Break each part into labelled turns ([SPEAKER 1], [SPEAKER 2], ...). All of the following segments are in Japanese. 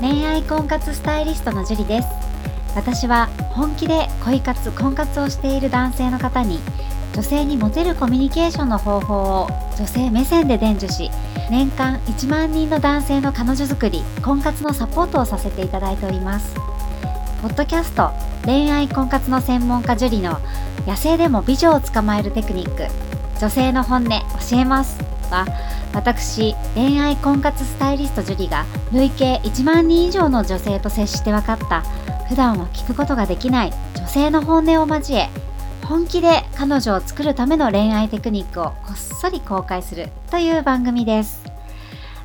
[SPEAKER 1] 恋愛婚活スタイリストのジュリです私は本気で恋活婚活をしている男性の方に女性にモテるコミュニケーションの方法を女性目線で伝授し年間1万人の男性の彼女作り婚活のサポートをさせていただいておりますポッドキャスト恋愛婚活の専門家ジュリの野生でも美女を捕まえるテクニック女性の本音教えますは私恋愛婚活スタイリストジュリが累計1万人以上の女性と接して分かった普段は聞くことができない女性の本音を交え本気で彼女を作るための恋愛テクニックをこっそり公開するという番組です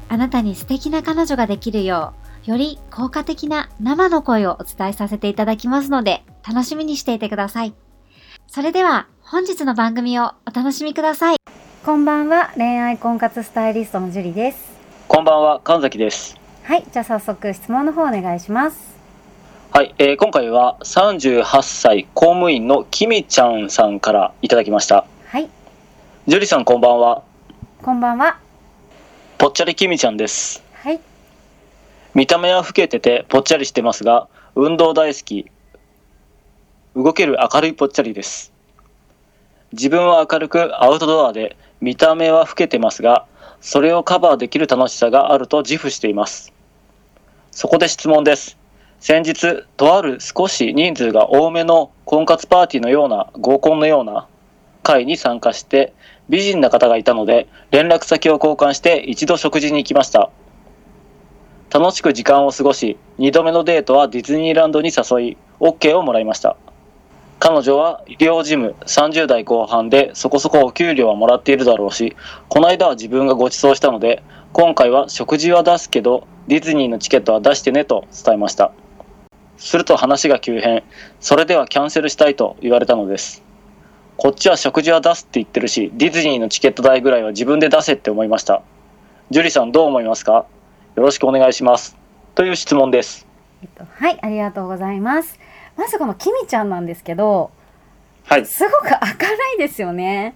[SPEAKER 1] あなたに素敵な彼女ができるようより効果的な生の声をお伝えさせていただきますので楽しみにしていてくださいそれでは本日の番組をお楽しみくださいこんばんは恋愛婚活スタイリストのジュリです
[SPEAKER 2] こんばんは、神崎です。
[SPEAKER 1] はいじゃあ早速質問の方お願いします
[SPEAKER 2] はい、えー今回は38歳公務員のきみちゃんさんからいただきました。
[SPEAKER 1] はい
[SPEAKER 2] ジュリさんこんばんは。
[SPEAKER 1] こんばんは
[SPEAKER 2] ぽっちゃりきみちゃんです。
[SPEAKER 1] はい
[SPEAKER 2] 見た目は老けててぽっちゃりしてますが、運動大好き。動ける明るいぽっちゃりです。自分は明るくアウトドアで、見た目は老けてますが、それをカバーできる楽しさがあると自負しています。そこで質問です。先日、とある少し人数が多めの婚活パーティーのような合コンのような会に参加して、美人な方がいたので、連絡先を交換して一度食事に行きました。楽しく時間を過ごし、2度目のデートはディズニーランドに誘い、OK をもらいました。彼女は医療事務30代後半でそこそこお給料はもらっているだろうし、この間は自分がご馳走したので、今回は食事は出すけど、ディズニーのチケットは出してねと伝えました。すると話が急変、それではキャンセルしたいと言われたのです。こっちは食事は出すって言ってるし、ディズニーのチケット代ぐらいは自分で出せって思いました。ジュリさんどう思いますかよろしくお願いします。という質問です。
[SPEAKER 3] えっと、はい、ありがとうございます。まずこのきみちゃんなんですけど、
[SPEAKER 2] はい。
[SPEAKER 3] すごく明るいですよね。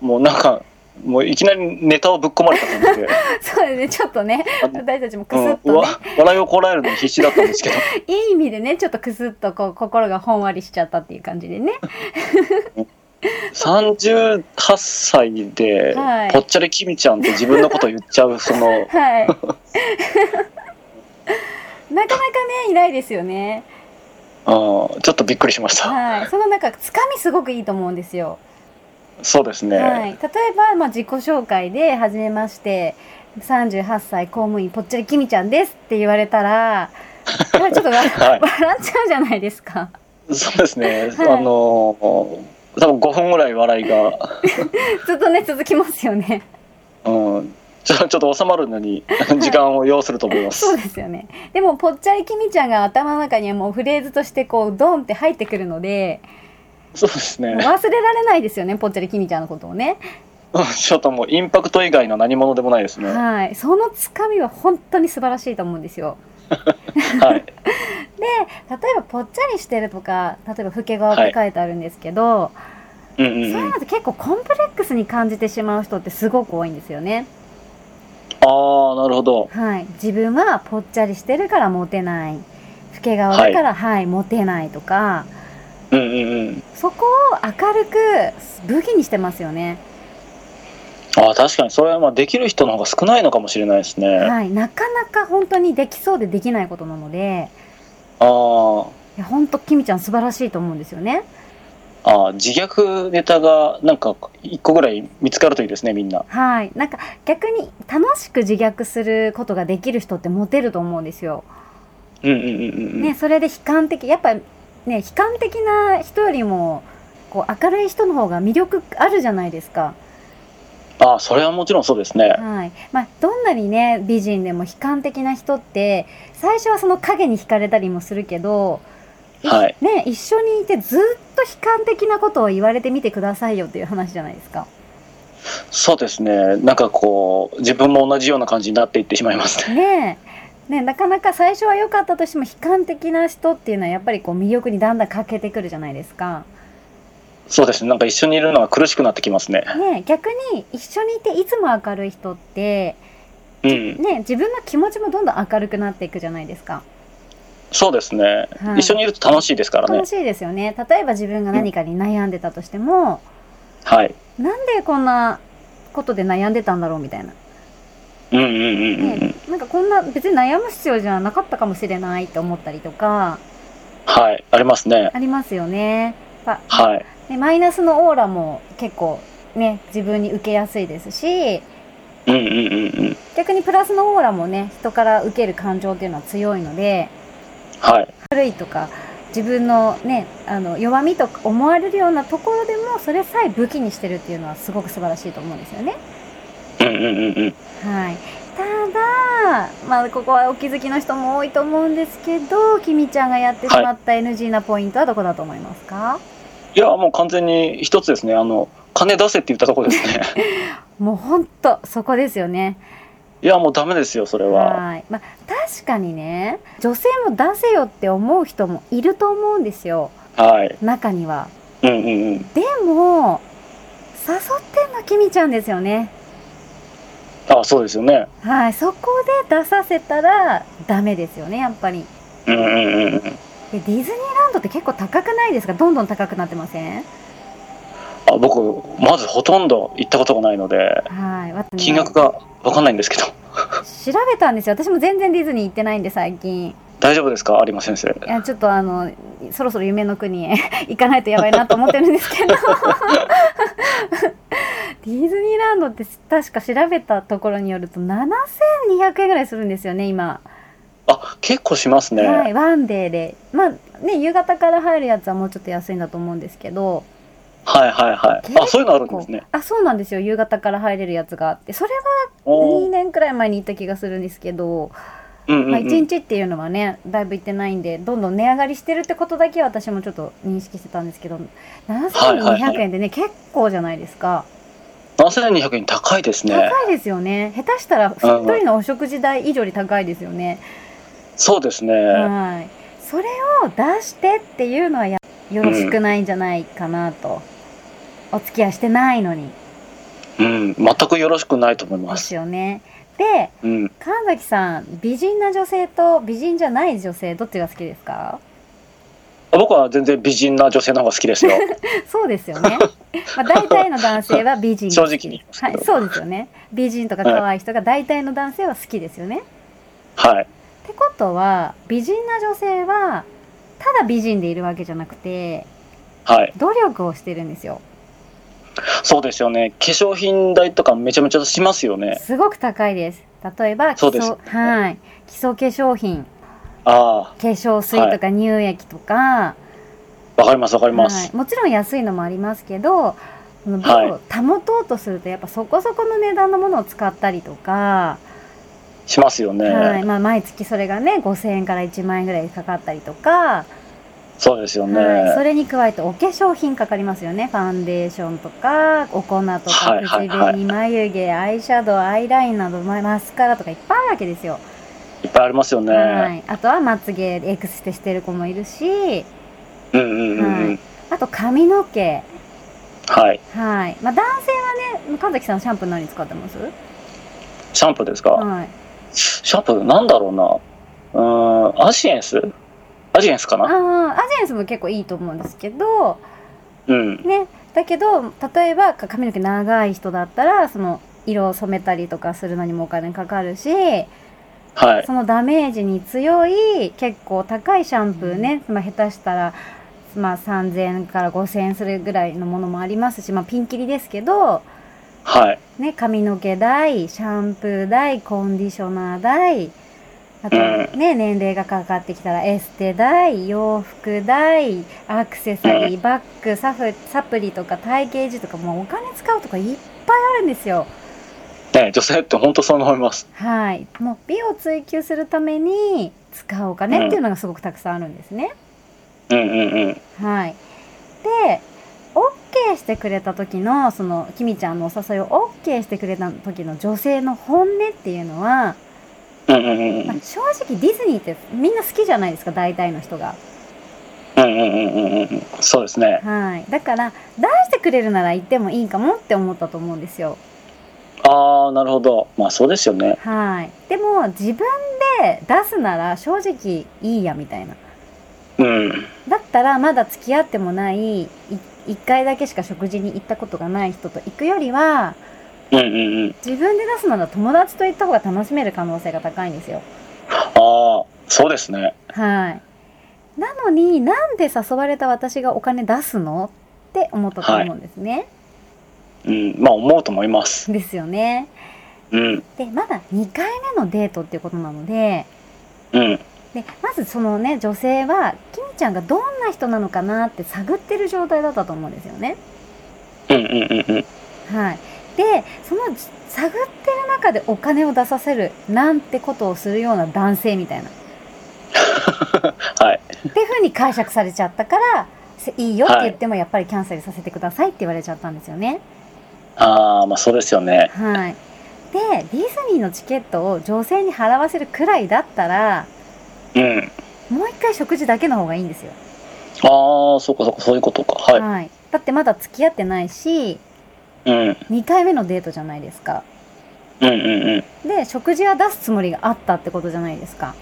[SPEAKER 2] もうなんか、もういきなりネタをぶっ込まれた感じ で、
[SPEAKER 3] そうですね、ちょっとね、
[SPEAKER 2] あの
[SPEAKER 3] 私たちもく
[SPEAKER 2] う
[SPEAKER 3] す
[SPEAKER 2] ん
[SPEAKER 3] っ
[SPEAKER 2] う
[SPEAKER 3] と
[SPEAKER 2] わ
[SPEAKER 3] ね、
[SPEAKER 2] 笑いをこらえるのに必死だったんで すけど、
[SPEAKER 3] いい意味でね、ちょっとくすっとこう心がほんわりしちゃったっていう感じでね。
[SPEAKER 2] 38歳で
[SPEAKER 3] は、い
[SPEAKER 2] ぽっちゃりきみちゃんって自分のこと言っちゃ う、その、
[SPEAKER 3] はい。なかなかね、いないですよね。
[SPEAKER 2] うんちょっとびっくりしました。
[SPEAKER 3] はい。そのなんか、つかみすごくいいと思うんですよ。
[SPEAKER 2] そうですね。
[SPEAKER 3] はい、例えば、まあ、自己紹介で「はじめまして38歳公務員ぽっちゃりきみちゃんです」って言われた らやはりちょっとわ、
[SPEAKER 2] はい
[SPEAKER 3] 笑っちゃうじゃないですか。
[SPEAKER 2] そうですね。
[SPEAKER 3] はい
[SPEAKER 2] あのー、多分5分ぐらい笑いが、
[SPEAKER 3] ずっとね続きますよね。
[SPEAKER 2] うんちょちょっと収まるのに時間を要すると思います。
[SPEAKER 3] そうですよね。でもぽっちゃりきみちゃんが頭の中にはもうフレーズとしてこうドンって入ってくるので
[SPEAKER 2] そうです
[SPEAKER 3] もう
[SPEAKER 2] ね。
[SPEAKER 3] 忘れられないですよねぽっちゃりきみちゃんのことをね。
[SPEAKER 2] うんちょっともうインパクト以外の何物でもないですね。
[SPEAKER 3] はい、そのつかみは本当に素晴らしいと思うんですよ。
[SPEAKER 2] は
[SPEAKER 3] 例
[SPEAKER 2] い。
[SPEAKER 3] えばぽっちゃりしてるとか例えば老け顔って書いてあるんですけど。
[SPEAKER 2] う
[SPEAKER 3] そう
[SPEAKER 2] んうんう、
[SPEAKER 3] いうんのって結構コンプレックスに感じてしまう人ってすごく多いんですよね。
[SPEAKER 2] ああなるほど
[SPEAKER 3] はい。自分はぽっちゃりしてるからモテない。老け顔だから、はい、モテないとか、
[SPEAKER 2] うんうんうん
[SPEAKER 3] そこを明るく武器にしてますよね。
[SPEAKER 2] ああ確かにそれはまあできる人の方が少ないのかもしれないですね、あ
[SPEAKER 3] はい。なかなか本当にできそうでできないことなので、
[SPEAKER 2] あ
[SPEAKER 3] いや本当、きみちゃん素晴らしいと思うんですよね。
[SPEAKER 2] ああ自虐ネタがなんか一個ぐらい見つかるといいですねみんな
[SPEAKER 3] はい。なんか逆に楽しく自虐することができる人ってモテると思うんですよ。
[SPEAKER 2] うんうんうんうん、
[SPEAKER 3] ね、それで悲観的やっぱね悲観的な人よりもこう明るい人の方が魅力あるじゃないですか、
[SPEAKER 2] ああそれはもちろんそうですね
[SPEAKER 3] はいまあ、どんなにね美人でも悲観的な人って最初はその影に惹かれたりもするけど、
[SPEAKER 2] はい
[SPEAKER 3] ね、一緒にいてずっと悲観的なことを言われてみてくださいよっていう話じゃないですか。
[SPEAKER 2] そうですねなんかこう自分も同じような感じになっていってしまいますね
[SPEAKER 3] ねえね、なかなか最初は良かったとしても悲観的な人っていうのはやっぱりこう魅力にだんだん欠けてくるじゃないですか。
[SPEAKER 2] そうですねなんか一緒にいるのが苦しくなってきますね
[SPEAKER 3] ねえ逆に一緒にいていつも明るい人って
[SPEAKER 2] うん、
[SPEAKER 3] ね、自分の気持ちもどんどん明るくなっていくじゃないですか。
[SPEAKER 2] そうですね、
[SPEAKER 3] はい
[SPEAKER 2] 一緒にいると楽しいですからね
[SPEAKER 3] 楽しいですよね。例えば自分が何かに悩んでたとしても、
[SPEAKER 2] はい
[SPEAKER 3] なんでこんなことで悩んでたんだろうみたいな。
[SPEAKER 2] うんうんうんうん、うん
[SPEAKER 3] ね、なんかこんな別に悩む必要じゃなかったかもしれないと思ったりとか、
[SPEAKER 2] はいありますね
[SPEAKER 3] ありますよね。やっぱ
[SPEAKER 2] はい
[SPEAKER 3] ねマイナスのオーラも結構ね、自分に受けやすいですし、
[SPEAKER 2] うんうんうんうん
[SPEAKER 3] 逆にプラスのオーラもね、人から受ける感情っていうのは強いので、
[SPEAKER 2] はい
[SPEAKER 3] 悪いとか自分のねあの弱みと思われるようなところでもそれさえ武器にしてるっていうのはすごく素晴らしいと思うんですよね。
[SPEAKER 2] うんうんうんうん
[SPEAKER 3] はい、ただ、まあ、ここはお気づきの人も多いと思うんですけどきみちゃんがやってしまった NG なポイントはどこだと思いますか、
[SPEAKER 2] いやもう完全に一つですねあの金出せって言ったとこ ろですね
[SPEAKER 3] もうほんとそこですよね。
[SPEAKER 2] いやもうダメですよそれは
[SPEAKER 3] はいまあ、確かにね女性も出せよって思う人もいると思うんですよ
[SPEAKER 2] はい
[SPEAKER 3] 中には。
[SPEAKER 2] うんうんうん
[SPEAKER 3] でも誘ってんのきみちゃんですよね。
[SPEAKER 2] あそうですよね
[SPEAKER 3] はい、そこで出させたらダメですよね、やっぱり。
[SPEAKER 2] うんうんうんうん
[SPEAKER 3] でディズニーランドって結構高くないですかどんどん高くなってません
[SPEAKER 2] あ僕まずほとんど行ったことがないので
[SPEAKER 3] はい、私ね
[SPEAKER 2] 金額が分かんないんですけど
[SPEAKER 3] 調べたんですよ。私も全然ディズニー行ってないんで、最近。い
[SPEAKER 2] 大丈夫ですか有馬先生
[SPEAKER 3] や、ちょっとあの、そろそろ夢の国へ 行かないとやばいなと思ってるんですけど。デ ィズニーランドって確か調べたところによると7200円ぐらいするんですよね、今。
[SPEAKER 2] あ結構しますね、
[SPEAKER 3] はい、ワンデーで。まあね、夕方から入るやつはもうちょっと安いんだと思うんですけど。
[SPEAKER 2] はいはいはいあそういうのあるんですね
[SPEAKER 3] あそうなんですよ夕方から入れるやつがあってそれは
[SPEAKER 2] お
[SPEAKER 3] 2
[SPEAKER 2] ー
[SPEAKER 3] 年くらい前に行った気がするんですけど、
[SPEAKER 2] うんうん
[SPEAKER 3] まあ、
[SPEAKER 2] うん
[SPEAKER 3] 1日っていうのはねだいぶ行ってないんでどんどん値上がりしてるってことだけは私もちょっと認識してたんですけど
[SPEAKER 2] はいは
[SPEAKER 3] 7200
[SPEAKER 2] いは
[SPEAKER 3] 円でね結構じゃないですか
[SPEAKER 2] 7200円高いですね
[SPEAKER 3] 高いですよね下手したら1人のお食事代以上に高いですよね
[SPEAKER 2] そうですね、
[SPEAKER 3] はいそれを出してっていうのはやよろしくないんじゃないかなと、お付き合いしてないのに
[SPEAKER 2] うん、全くよろしくないと思いま。
[SPEAKER 3] ですすよねで
[SPEAKER 2] うん、
[SPEAKER 3] 神崎さん美人な女性と美人じゃない女性どっちが好きです か
[SPEAKER 2] 僕は全然美人な女性の方が好きですよ。
[SPEAKER 3] そうですよね、まあ、大体の男性は美人が好き
[SPEAKER 2] 正直に言います
[SPEAKER 3] は
[SPEAKER 2] けど
[SPEAKER 3] い、そうですよね美人とか可愛い人が大体の男性は好きですよね、っ
[SPEAKER 2] はい。
[SPEAKER 3] てことは美人な女性はただ美人でいるわけじゃなくて
[SPEAKER 2] はい。
[SPEAKER 3] 努力をしてるんですよ
[SPEAKER 2] そうですよね。化粧品代とかめちゃめちゃしますよね。
[SPEAKER 3] すごく高いです例えば基
[SPEAKER 2] そう
[SPEAKER 3] 礎,、
[SPEAKER 2] です
[SPEAKER 3] はい、基礎化粧品
[SPEAKER 2] あ
[SPEAKER 3] 化粧水とか乳液とか、
[SPEAKER 2] あ、わかりますわかりま
[SPEAKER 3] は
[SPEAKER 2] す
[SPEAKER 3] い、。もちろん安いのもありますけどその
[SPEAKER 2] はい
[SPEAKER 3] 美を保とうとするとやっぱそこそこの値段のものを使ったりとか、
[SPEAKER 2] しますよね。
[SPEAKER 3] はいまあ、毎月それがね5,000円から1万円ぐらいかかったりとか、
[SPEAKER 2] そうですよね。
[SPEAKER 3] はい、それに加えてお化粧品かかりますよねファンデーションとかお粉とか
[SPEAKER 2] はいはいはい
[SPEAKER 3] 唇に眉毛アイシャドウアイラインなどまマスカラとかいっぱいあるわけですよ、
[SPEAKER 2] いっぱいありますよね。
[SPEAKER 3] はい、あとはまつげエクステしてる子もいるし
[SPEAKER 2] うんうんうんうん。
[SPEAKER 3] あと髪の毛
[SPEAKER 2] はい。
[SPEAKER 3] はい。まあ、男性はね、神崎さんシャンプー何使ってます
[SPEAKER 2] シャンプーですか。
[SPEAKER 3] はい。
[SPEAKER 2] シャンプーなんだろうな。うーん、アシエンス。アジエンスか
[SPEAKER 3] あ
[SPEAKER 2] な。
[SPEAKER 3] あ、アジェンスも結構いいと思うんですけど、
[SPEAKER 2] うん。
[SPEAKER 3] ね。だけど、例えば髪の毛長い人だったら、その、色を染めたりとかするのにもお金かかるし、
[SPEAKER 2] はい。
[SPEAKER 3] そのダメージに強い、結構高いシャンプーね、まあ下手したら、まあ3000円から5000円するぐらいのものもありますし、まあピンキリですけど、
[SPEAKER 2] はい。
[SPEAKER 3] ね、髪の毛代、シャンプー代、コンディショナー代、あとね、年齢がかかってきたらエステ代、洋服代、アクセサリー、バッグ、サフ、サプリとか体型維持とか、もうお金使うとかいっぱいあるんですよ。
[SPEAKER 2] ね、女性って本当そう思います。
[SPEAKER 3] はい。もう美を追求するために使うお金っていうのがすごくたくさんあるんですね。
[SPEAKER 2] うんうんうん。
[SPEAKER 3] はい。で、OK してくれた時の、その、きみちゃんのお誘いを OK してくれた時の女性の本音っていうのは、
[SPEAKER 2] うんうんうんうん
[SPEAKER 3] まあ。正直ディズニーってみんな好きじゃないですか大体の人が
[SPEAKER 2] うんうんうんうんうんうん。そうですね。
[SPEAKER 3] はいだから出してくれるなら行ってもいいかもって思ったと思うんですよ
[SPEAKER 2] ああ、なるほど。まあそうですよね。
[SPEAKER 3] はいでも自分で出すなら正直いいやみたいな
[SPEAKER 2] うん。
[SPEAKER 3] だったらまだ付き合ってもないい一回だけしか食事に行ったことがない人と行くよりは
[SPEAKER 2] うんうんうん。
[SPEAKER 3] 自分で出すなら友達と行った方が楽しめる可能性が高いんですよ
[SPEAKER 2] ああ、そうですね。
[SPEAKER 3] はいなのになんで誘われた私がお金出すのって思ったと思うんですね、
[SPEAKER 2] うん。まあ思うと思います。
[SPEAKER 3] ですよね
[SPEAKER 2] うん。
[SPEAKER 3] でまだ2回目のデートっていうことなので
[SPEAKER 2] うん。
[SPEAKER 3] でまずそのね女性はキミちゃんがどんな人なのかなって探ってる状態だったと思うんですよね
[SPEAKER 2] うんうんうんうん。
[SPEAKER 3] はい、でそのじ探ってる中でお金を出させるなんてことをするような男性みたいな
[SPEAKER 2] はい。
[SPEAKER 3] っていうふうに解釈されちゃったからせいいよって言ってもやっぱりキャンセルさせてくださいって言われちゃったんですよね。
[SPEAKER 2] ああ、まあそうですよね。
[SPEAKER 3] はい、でディズニーのチケットを女性に払わせるくらいだったら
[SPEAKER 2] うん。
[SPEAKER 3] もう一回食事だけの方がいいんですよ。
[SPEAKER 2] ああ、そうかそうか、そういうことか。は
[SPEAKER 3] はい、だってまだ付き合ってないし
[SPEAKER 2] い。うん。
[SPEAKER 3] 2回目のデートじゃないですか。
[SPEAKER 2] うんうんうん。
[SPEAKER 3] で食事は出すつもりがあったってことじゃないですか。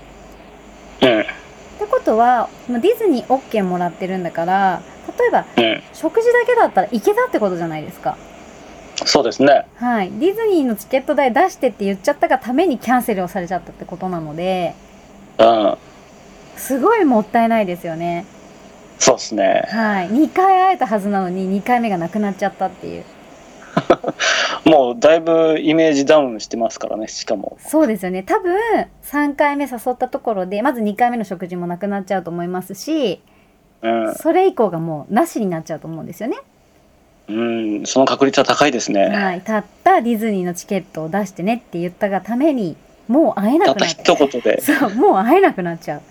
[SPEAKER 2] うん。
[SPEAKER 3] ってことはまあディズニー OK もらってるんだから例えば
[SPEAKER 2] うん。
[SPEAKER 3] 食事だけだったら行けたってことじゃないですか
[SPEAKER 2] そうですね。
[SPEAKER 3] はいディズニーのチケット代出してって言っちゃったがためにキャンセルをされちゃったってことなので
[SPEAKER 2] うん。
[SPEAKER 3] すごいもったいないですよね
[SPEAKER 2] そうですね。
[SPEAKER 3] はい2回会えたはずなのに2回目がなくなっちゃったっていう
[SPEAKER 2] もうだいぶイメージダウンしてますからね、しかも。
[SPEAKER 3] そうですよね多分3回目誘ったところでまず2回目の食事もなくなっちゃうと思いますし
[SPEAKER 2] うん。
[SPEAKER 3] それ以降がもうなしになっちゃうと思うんですよね
[SPEAKER 2] うん、その確率は高いですね。
[SPEAKER 3] はい、たったディズニーのチケットを出してねって言ったがためにもう会え
[SPEAKER 2] た
[SPEAKER 3] な
[SPEAKER 2] っ
[SPEAKER 3] く
[SPEAKER 2] た
[SPEAKER 3] なっちゃ
[SPEAKER 2] 一言で
[SPEAKER 3] う。そうもう会えなくなっちゃ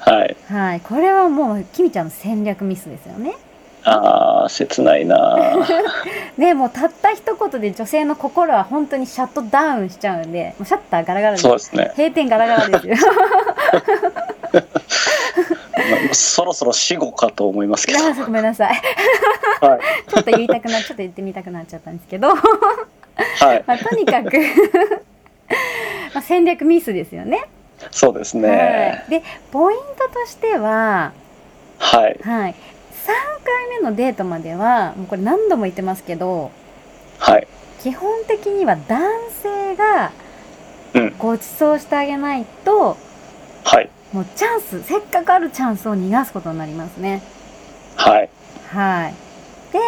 [SPEAKER 2] はい。
[SPEAKER 3] うはいこれはもうきみちゃんの戦略ミスですよね
[SPEAKER 2] ああ、切ないなー
[SPEAKER 3] ねもうたった一言で女性の心は本当にシャットダウンしちゃうんでもうシャッターガラガラで
[SPEAKER 2] そうですね。
[SPEAKER 3] 閉店ガラガラですよ
[SPEAKER 2] まあそろそろ死後かと思いま すけど。
[SPEAKER 3] あごめんなさい
[SPEAKER 2] はい。
[SPEAKER 3] ちょっと言いたくなちょっと言ってみたくなっちゃったんですけど、ま
[SPEAKER 2] はい。
[SPEAKER 3] あ、とにかく まあ戦略ミスですよね
[SPEAKER 2] そうです
[SPEAKER 3] は
[SPEAKER 2] ね。
[SPEAKER 3] い、でポイントとしては
[SPEAKER 2] はい。
[SPEAKER 3] はい、3回目のデートまではもうこれ何度も言ってますけど
[SPEAKER 2] はい。
[SPEAKER 3] 基本的には男性が
[SPEAKER 2] うん
[SPEAKER 3] ご馳走してあげないと、
[SPEAKER 2] はい。
[SPEAKER 3] もうチャンスせっかくあるチャンスを逃がすことになりますね
[SPEAKER 2] はい。
[SPEAKER 3] はいで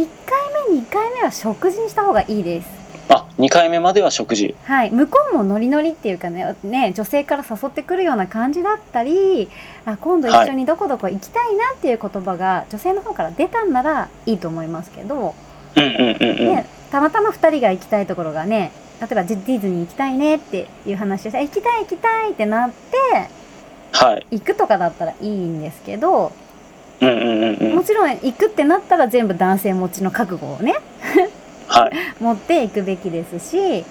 [SPEAKER 3] 1回目2回目は食事にした方がいいです
[SPEAKER 2] あ、2回目までは食事。
[SPEAKER 3] はい、向こうもノリノリっていうかねね女性から誘ってくるような感じだったりあ今度一緒にどこどこ行きたいなっていう言葉が女性の方から出たんならいいと思いますけど、
[SPEAKER 2] うんうんうんうん。
[SPEAKER 3] ね、たまたま2人が行きたいところがね例えばディズニー行きたいねっていう話をして行きたい行きたいってなって
[SPEAKER 2] はい。
[SPEAKER 3] 行くとかだったらいいんですけど
[SPEAKER 2] うんうんうんう
[SPEAKER 3] も
[SPEAKER 2] ん。
[SPEAKER 3] ちろん行くってなったら全部男性持ちの覚悟をね
[SPEAKER 2] はい。
[SPEAKER 3] 持っていくべきですし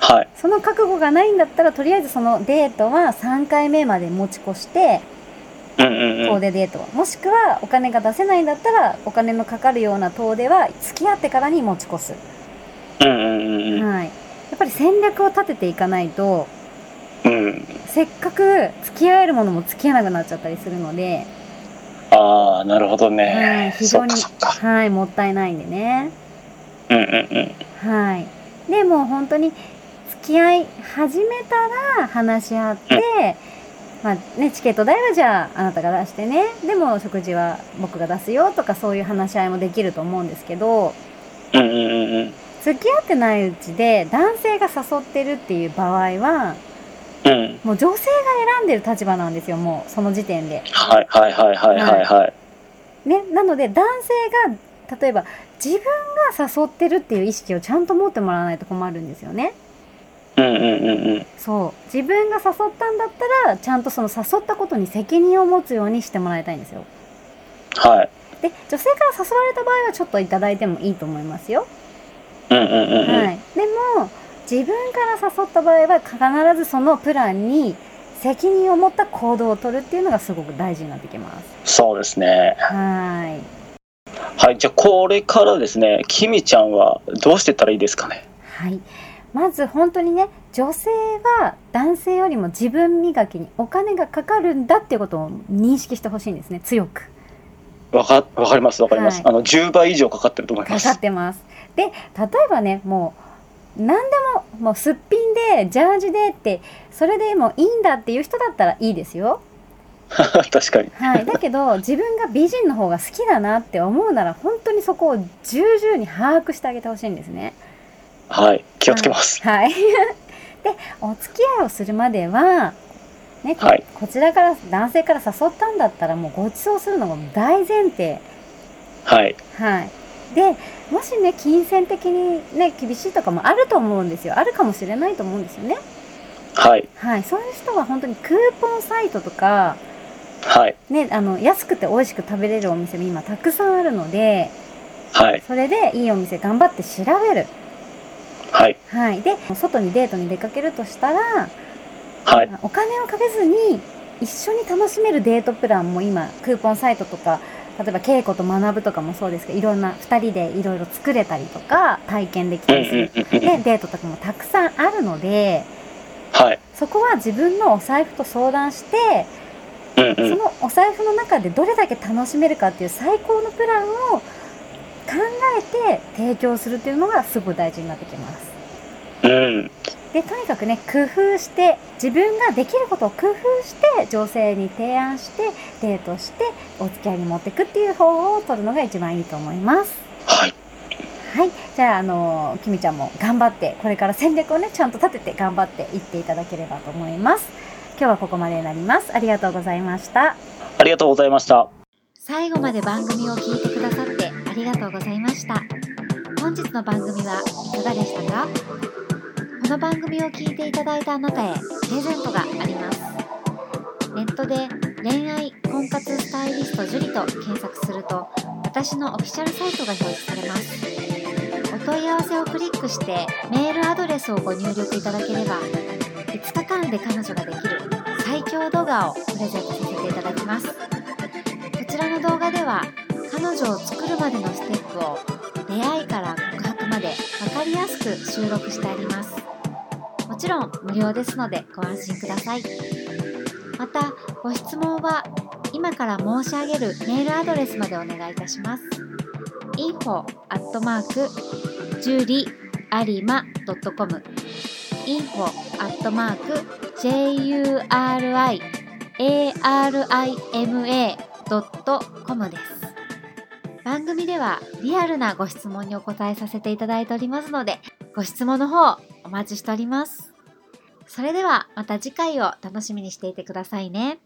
[SPEAKER 2] はい。
[SPEAKER 3] その覚悟がないんだったらとりあえずそのデートは3回目まで持ち越して
[SPEAKER 2] うんうんう
[SPEAKER 3] 遠
[SPEAKER 2] ん。
[SPEAKER 3] 出デートは、もしくはお金が出せないんだったらお金のかかるような遠出は付き合ってからに持ち越す、
[SPEAKER 2] うんうんうん
[SPEAKER 3] はい、やっぱり戦略を立てていかないと
[SPEAKER 2] うん。うん。
[SPEAKER 3] せっかく付き合えるものも付き合えなくなっちゃったりするので、
[SPEAKER 2] ああ、なるほど
[SPEAKER 3] はい、
[SPEAKER 2] ね。
[SPEAKER 3] 非
[SPEAKER 2] そ
[SPEAKER 3] 常
[SPEAKER 2] っ
[SPEAKER 3] に
[SPEAKER 2] かそっか。
[SPEAKER 3] はい、もったいないんでね。
[SPEAKER 2] うんうんうん。
[SPEAKER 3] はい。でもう本当に付き合い始めたら話し合って、まあね、チケット代はじゃああなたが出してね。でも食事は僕が出すよとかそういう話し合いもできると思うんですけど、
[SPEAKER 2] うんうんうんうん。
[SPEAKER 3] 付き合ってないうちで男性が誘ってるっていう場合は、
[SPEAKER 2] うん。
[SPEAKER 3] もう女性が選んでる立場なんですよ、もうその時点で。
[SPEAKER 2] はいはいはいはいはいはい。
[SPEAKER 3] ね、なので男性が例えば自分が誘ってるっていう意識をちゃんと持ってもらわないと困るんですよね。
[SPEAKER 2] うんうんうんうん。
[SPEAKER 3] そう自分が誘ったんだったらちゃんとその誘ったことに責任を持つようにしてもらいたいんですよ。
[SPEAKER 2] はい。
[SPEAKER 3] で女性から誘われた場合はちょっといただいてもいいと思いますよ。
[SPEAKER 2] うんうんうんうん。
[SPEAKER 3] はい、でも自分から誘った場合は必ずそのプランに責任を持った行動を取るっていうのがすごく大事になってきます。
[SPEAKER 2] そうですね。
[SPEAKER 3] はい
[SPEAKER 2] はい、じゃあこれからですね、きみちゃんはどうしてったらいいですかね。
[SPEAKER 3] はい。まず本当にね、女性は男性よりも自分磨きにお金がかかるんだっていうことを認識してほしいんですね、強く。
[SPEAKER 2] わか、わかります、わかります。
[SPEAKER 3] は
[SPEAKER 2] あの、10倍以上かかってると思いま
[SPEAKER 3] か
[SPEAKER 2] す。
[SPEAKER 3] かってます。で、例えばね、もう、何でも、もうすっぴんで、ジャージでって、それでもういいんだっていう人だったらいいですよ。
[SPEAKER 2] 確かに。
[SPEAKER 3] はい。だけど、自分が美人の方が好きだなって思うなら、本当にそこを重々に把握してあげてほしいんですね。
[SPEAKER 2] はい、気をつけます。
[SPEAKER 3] はい。 で、お付き合いをするまでは、ね、こ
[SPEAKER 2] はい
[SPEAKER 3] こちらから、男性から誘ったんだったら、もうご馳走するのが大前提。
[SPEAKER 2] はい、
[SPEAKER 3] はい。で、もしね、金銭的にね、厳しいとかもあると思うんですよ。あるかもしれないと思うんですよね。
[SPEAKER 2] はい、
[SPEAKER 3] はい。そういう人は本当にクーポンサイトとか、
[SPEAKER 2] はい、
[SPEAKER 3] ね、あの、安くて美味しく食べれるお店も今たくさんあるので、
[SPEAKER 2] はい、
[SPEAKER 3] それでいいお店頑張って調べる。
[SPEAKER 2] はい、
[SPEAKER 3] はい。で、外にデートに出かけるとしたら、
[SPEAKER 2] はい、
[SPEAKER 3] お金をかけずに一緒に楽しめるデートプランも今クーポンサイトとか例えば稽古と学ぶとかもそうですけどいろんな2人でいろいろ作れたりとか体験でき
[SPEAKER 2] うん
[SPEAKER 3] たりする、
[SPEAKER 2] うんうんう
[SPEAKER 3] で
[SPEAKER 2] ん。
[SPEAKER 3] デートとかもたくさんあるので
[SPEAKER 2] はい、
[SPEAKER 3] そこは自分のお財布と相談して
[SPEAKER 2] うんう
[SPEAKER 3] そ
[SPEAKER 2] ん。
[SPEAKER 3] のお財布の中でどれだけ楽しめるかっていう最高のプランを考えて提供するっていうのがすごい大事になってきます。
[SPEAKER 2] うん、
[SPEAKER 3] でとにかくね工夫して自分ができることを工夫して女性に提案してデートしてお付き合いに持っていくっていう方法を取るのが一番いいと思います
[SPEAKER 2] はい、
[SPEAKER 3] はいじゃああのきみちゃんも頑張ってこれから戦略をねちゃんと立てて頑張っていっていただければと思います今日はここまでになりますありがとうございました
[SPEAKER 2] ありがとうございました。
[SPEAKER 1] 最後まで番組を聞いてくださってありがとうございました本日の番組はいかがでしたかこの番組を聞いていただいたあなたへプレゼントがありますネットで恋愛婚活スタイリスト樹里と検索すると私のオフィシャルサイトが表示されますお問い合わせをクリックしてメールアドレスをご入力いただければ5日間で彼女ができる最強動画をプレゼントさせていただきますこちらの動画では彼女を作るまでのステップを出会いから告白まで分かりやすく収録してありますもちろん無料ですのでご安心くださいまたご質問は今から申し上げるメールアドレスまでお願いいたします info at mark juliarima.com info at mark juriarima .com です番組ではリアルなご質問にお答えさせていただいておりますのでご質問の方お待ちしておりますそれではまた次回を楽しみにしていてくださいね